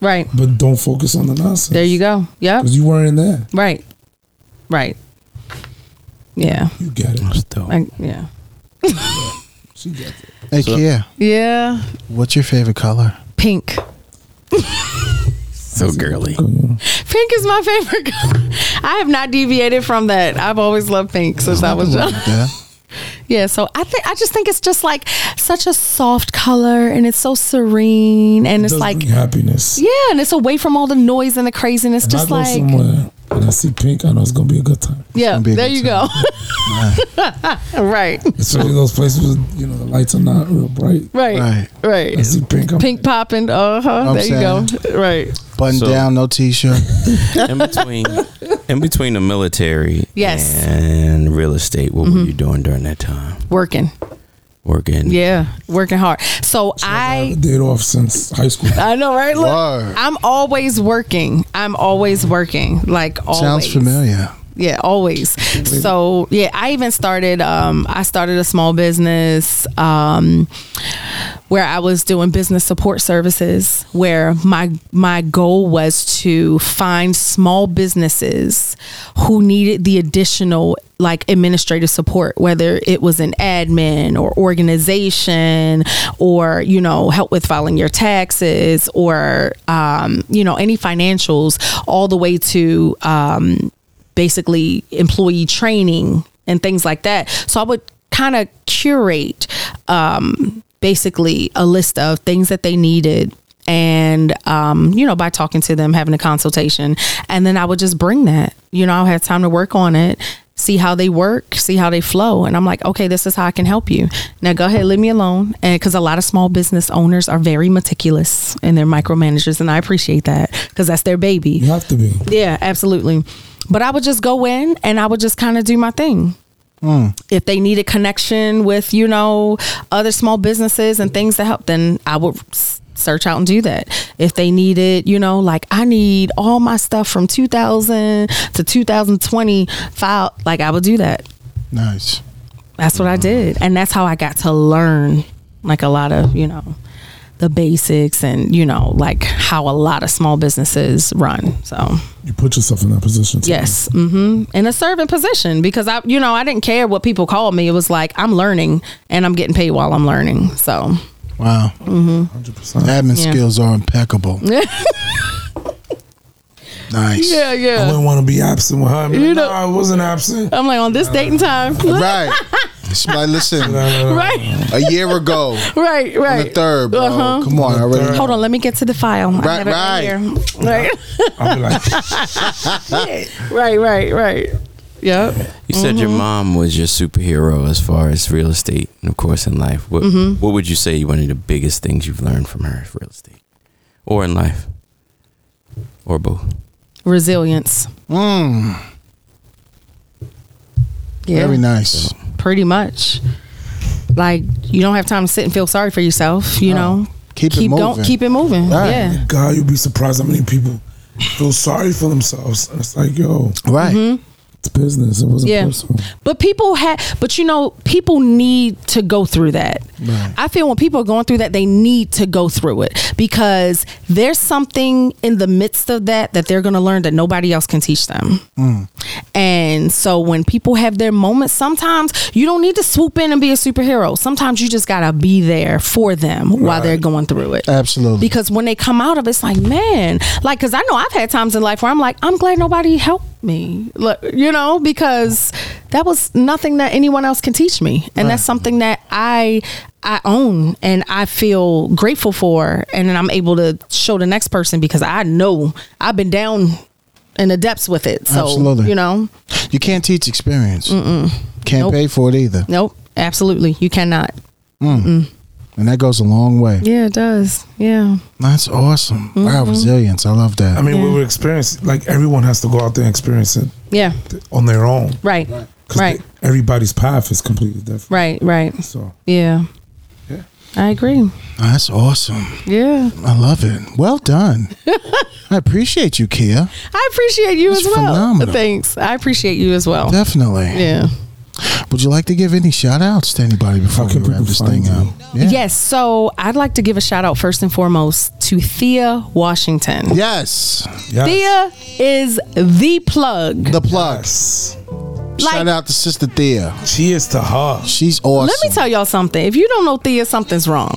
D: Right.
C: but don't focus on the nonsense.
D: There you go. Yep.
C: Because you weren't there.
D: Right. Right. Yeah.
C: You get it.
E: That's dope.
D: I, yeah.
C: She gets it.
B: Hey, Kia,
D: Yeah.
B: what's your favorite color?
D: Pink.
E: So girly.
D: Pink is my favorite color. [LAUGHS] I have not deviated from that. I've always loved pink since I
B: [LAUGHS]
D: was young.
B: Yeah.
D: Yeah, so I think I just think it's just like such a soft color and it's so serene and it's
C: Does
D: like
C: bring happiness.
D: yeah, and it's away from all the noise and the craziness.
C: If I
D: Just
C: go
D: like
C: somewhere and I see pink, I know it's gonna be a good time.
D: yeah,
B: be a
D: there
B: good
D: you go. [LAUGHS] right,
C: Especially those places, where, you know, the lights are not real bright.
D: right,
B: Right.
D: right,
C: I see pink. I'm
D: Pink popping. Uh huh.
B: I'm
D: There you go. Right.
B: Button
E: So-
B: down, no t-shirt.
E: in between in between the military
D: Yes.
E: and real estate, what were you doing during that time?
D: Working.
E: Working.
D: Yeah, working hard. So
C: I
D: I
C: did off since high school.
D: I know, right? Look,
B: Word.
D: I'm always working. I'm always working. Like [LAUGHS] always.
B: Sounds familiar.
D: Yeah, always. So yeah, I even started. Um, I started a small business um, where I was doing business support services. Where my my goal was to find small businesses who needed the additional like administrative support, whether it was an admin or organization or you know help with filing your taxes or um, you know any financials, all the way to um, basically employee training and things like that. So I would kind of curate um, basically a list of things that they needed. And, um, you know, by talking to them, having a consultation. And then I would just bring that. You know, I'll have time to work on it, see how they work, see how they flow. And I'm like, okay, this is how I can help you. Now go ahead, leave me alone. And because a lot of small business owners are very meticulous and they're micromanagers. And I appreciate that because that's their baby.
C: You have to be.
D: Yeah, absolutely. But I would just go in and I would just kind of do my thing. If they needed connection with, you know, other small businesses and things to help, then I would s- search out and do that. If they needed, you know, like I need all my stuff from 2000 to 2020 file, like I would do that.
B: Nice.
D: That's what I did. And that's how I got to learn like a lot of, you know, the basics and, you know, like how a lot of small businesses run. So.
C: You put yourself in that position. to-
D: Yes. hmm In a servant position because I, you know, I didn't care what people called me. It was like I'm learning and I'm getting paid while I'm learning. So
B: Wow.
C: 100%.
B: Admin
D: Mm, Yeah.
B: skills are
D: [LAUGHS]
B: impeccable. nice.
C: I
D: yeah.
C: wouldn't want to be absent with her. I mean,
D: You
C: no,
D: know-
C: I wasn't absent.
D: I'm like on this date and time.
B: Right. She's like,
C: [LAUGHS]
B: listen,
C: No, no, no.
D: [LAUGHS] right.
B: a year ago,
D: Right.
B: on the
D: Right.
B: third, bro.
D: Uh-huh.
B: Come on, I already.
C: third.
D: Hold on, let me get to the file. I
B: Right,
D: have it
B: right. [LAUGHS]
D: here. Right.
C: I'll be like,
D: right. Right. Right. Yep.
E: You said your
D: Mm-hmm.
E: mom was your superhero as far as real estate and, of course, in life. What,
D: Mm-hmm.
E: what would you say one of the biggest things you've learned from her is real estate or in life or both?
D: Resilience. Yeah.
B: Mm, Very nice.
D: Pretty much. Like you don't have time to sit and feel sorry for yourself. You
B: No.
D: know.
B: Keep it moving.
D: Don't keep it moving.
B: Right.
D: Yeah.
C: [LAUGHS] God, you'd be surprised how many people feel sorry for themselves. And it's like, yo,
B: Right.
C: it's business. It wasn't
D: Yeah.
C: personal.
D: But people have, but you know, people need to go through that.
B: Right.
D: I feel when people are going through that, they need to go through it because there's something in the midst of that that they're going to learn that nobody else can teach them. And so when people have their moments, sometimes you don't need to swoop in and be a superhero. Sometimes you just got to be there for them while they're going through it.
B: Absolutely.
D: Because when they come out of it, it's like, man, like, because I know I've had times in life where I'm like, I'm glad nobody helped me, Like, you know, because that was nothing that anyone else can teach me. And that's something that I, I own and I feel grateful for. And then I'm able to show the next person because I know I've been down in the depths with it. So,
B: Absolutely.
D: you know,
B: You can't teach experience. Can't
D: Nope.
B: pay for it either.
D: nope, absolutely. You cannot.
B: And that goes a long way.
D: Yeah, it does. Yeah.
B: That's awesome. Wow, resilience. I love that.
C: I mean, we were experiencing, like, everyone has to go out there and experience it
D: Yeah.
C: on their own.
D: Right.
C: 'Cause
D: Right.
C: they- everybody's path is completely different.
D: Right. Right.
C: So,
D: Yeah.
C: Yeah.
D: I agree.
B: That's awesome.
D: Yeah.
B: I love it. Well done. I appreciate you, Kia.
D: I appreciate you
B: That's
D: as well.
B: phenomenal.
D: Thanks. I appreciate you as well.
B: Definitely.
D: Yeah.
B: Would you like to give any shout outs to anybody before
C: How
B: we
C: can
B: wrap
C: people
B: this
C: find
B: thing up?
C: you?
B: Yeah.
D: Yes. So I'd like to give a shout out first and foremost to Thea Washington.
B: Yes.
C: yeah.
D: Thea is the plug.
B: The plug. shout
D: Like-
B: out to Sister Thea.
C: Cheers to her.
B: She's awesome.
D: Let me tell y'all something. If you don't know Thea, something's wrong.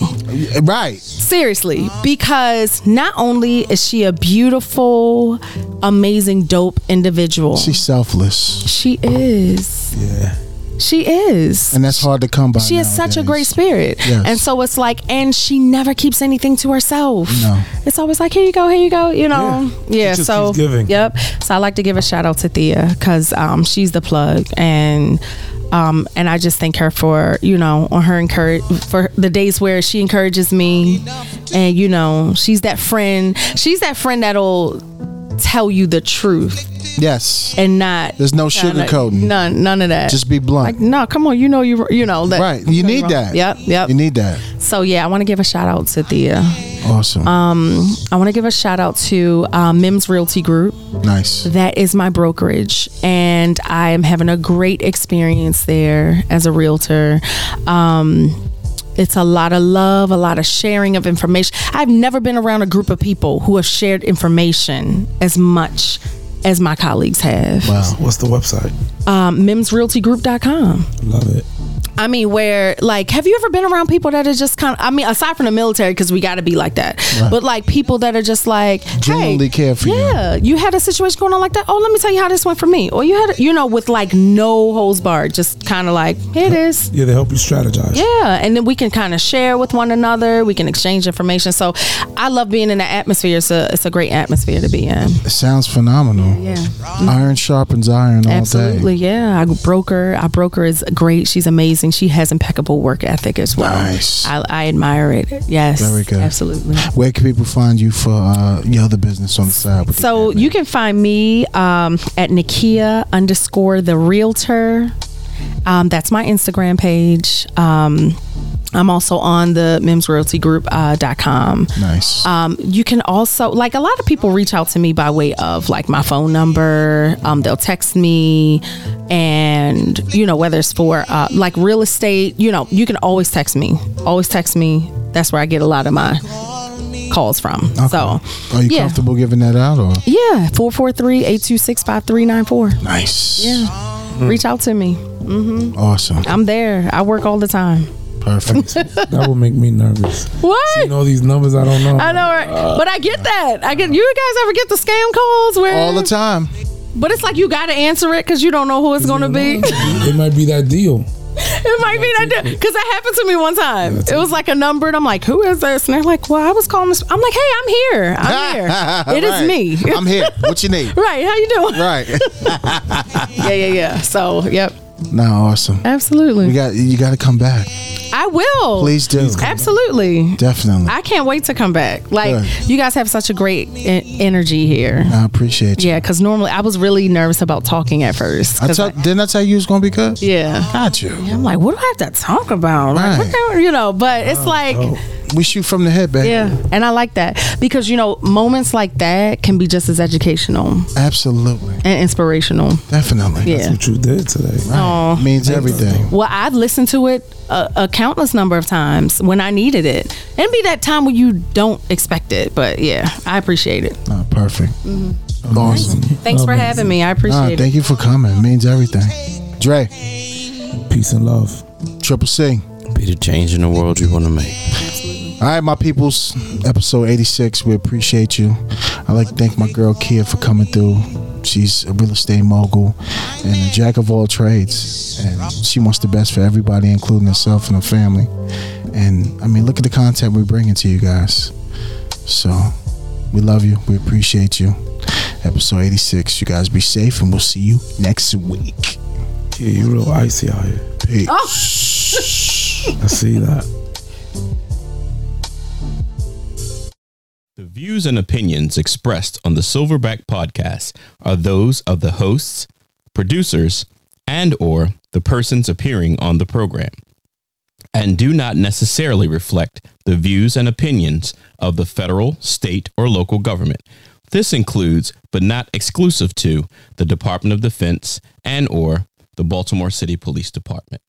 B: Right.
D: Seriously, because not only is she a beautiful, amazing, dope individual,
B: She's selfless.
D: she is.
C: Yeah.
D: She is.
B: And that's hard to come by.
D: She has such a great
B: nowadays.
D: spirit.
B: Yes.
D: And so it's like, and she never keeps anything to herself.
B: No.
D: It's always like, here you go, here you go, you know?
C: Yeah.
D: Yeah.
C: She just
D: so,
C: keeps giving.
D: yep. So I like to give a shout out to Thea because um, she's the plug. And, um, and I just thank her for, you know, on her encourage for the days where she encourages me. And, you know, she's that friend. She's that friend that'll tell you the truth
B: Yes.
D: and not.
B: There's no
D: kinda-
B: sugarcoating.
D: None, none of that.
B: Just be blunt.
D: Like, no, come on, you know you you know that.
B: right. You need that.
D: Yep, yep.
B: You need that.
D: so yeah, I want to give a shout out to Thea.
B: Awesome.
D: Um, I want to give a shout out to uh, Mims Realty Group.
B: nice.
D: That is my brokerage, and I am having a great experience there as a realtor. Um, it's a lot of love, a lot of sharing of information. I've never been around a group of people who have shared information as much as my colleagues have.
B: Wow.
C: What's the website?
D: Um, MimsRealtyGroup.com.
C: Love it.
D: I mean, where like, have you ever been around people that are just kind of? I mean, aside from the military, because we got to be like that. But like people that are just like,
B: Genuinely
D: hey,
B: care for you.
D: yeah, you. had a situation going on like that. Oh, let me tell you how this went for me. Or you had, you know, with like no holes barred, just kind of like, here it is.
C: Yeah, they help you strategize.
D: Yeah, and then we can kind of share with one another. We can exchange information. So, I love being in the atmosphere. It's a it's a great atmosphere to be in.
B: It sounds phenomenal.
D: Yeah.
B: Iron sharpens iron all
D: Absolutely,
B: day.
D: yeah. I broke her. I broke her is great. She's amazing. She has impeccable work ethic as well.
B: Nice.
D: I, I admire it. Yes.
B: Very good.
D: Absolutely.
B: Where can people find you for uh, your other business on the side? With
D: So
B: the
D: you can find me um, at Nikia underscore the realtor. Um, that's my Instagram page. Um, I'm also on the uh, memsroyaltygroup.com.
B: nice.
D: Um, you can also like a lot of people reach out to me by way of like my phone number. Um, they'll text me, and you know whether it's for uh, like real estate. You know you can always text me. Always text me. That's where I get a lot of my calls from. So
B: Are you
D: yeah.
B: comfortable giving that out or
D: Yeah, 443-826-5394.
B: Mm-hmm. nice? Yeah.
D: Reach out to me.
B: Awesome.
D: I'm there. I work all the time.
B: Perfect.
D: [LAUGHS]
C: That would make me nervous.
D: What?
C: Seeing all these numbers I don't know.
D: I know, right?
B: uh,
D: but I get that. I get. You guys ever get the scam calls where
B: all the time. [LAUGHS]
D: But it's like you got to answer it because you don't know who it's going to be.
C: It might be that deal.
D: [LAUGHS] It might be that because that happened to me one time. it was like a number, and I'm like, "Who is this?" And they're like, "Well, I was calling." This. I'm like, "Hey, I'm here.
B: [LAUGHS]
D: I'm here. It is
B: Right.
D: me." [LAUGHS]
B: I'm here. What you need?
D: right? How you doing?
B: Right.
D: Yeah, yeah, yeah. So, yep,
B: No, awesome.
D: absolutely.
B: You got you got to come back.
D: I will.
B: Please do.
D: Absolutely.
B: Definitely.
D: I can't wait to come back. Like
B: Good.
D: you guys have such a great e- energy here.
B: I appreciate you.
D: Yeah, because normally I was really nervous about talking at first.
B: I
D: 'cause
B: tell,
D: I-
B: didn't I tell you it was gonna be good?
D: yeah.
B: Got you.
D: I'm like, what do I have to talk about? Like, what
B: Right. Oh,
D: the- you know, but it's like,
B: We shoot from the head, baby.
D: yeah. And I like that because, you know, moments like that can be just as educational
B: Absolutely.
D: and inspirational.
B: Definitely.
D: Yeah.
C: What you did today?
B: Right. Means everything.
D: Well, I've listened to it a, a countless number of times when I needed it. It'd be that time when you don't expect it, but yeah, I appreciate it.
B: No, perfect. Awesome.
D: Thanks for having me. I
B: Oh, Nah,
D: appreciate Mm-hmm. it.
B: thank you for coming. Means everything. Dre,
C: Peace and love.
B: Triple C.
E: Be the change in the world you want to make.
B: All right, my peoples. Episode 86. We appreciate you. I'd like to thank my girl Kia for coming through. She's a real estate mogul and a jack of all trades. And she wants the best for everybody, including herself and her family. And I mean, look at the content we're bringing to you guys. So we love you. We appreciate you. Episode 86. You guys be safe, and we'll see you next week.
C: Yeah, you real icy out here.
B: Peace.
D: Oh.
C: I see that.
F: The views and opinions expressed on the Silverback podcast are those of the hosts, producers, and or the persons appearing on the program and do not necessarily reflect the views and opinions of the federal, state, or local government. This includes, but not exclusive to, the Department of Defense and or the Baltimore City Police Department.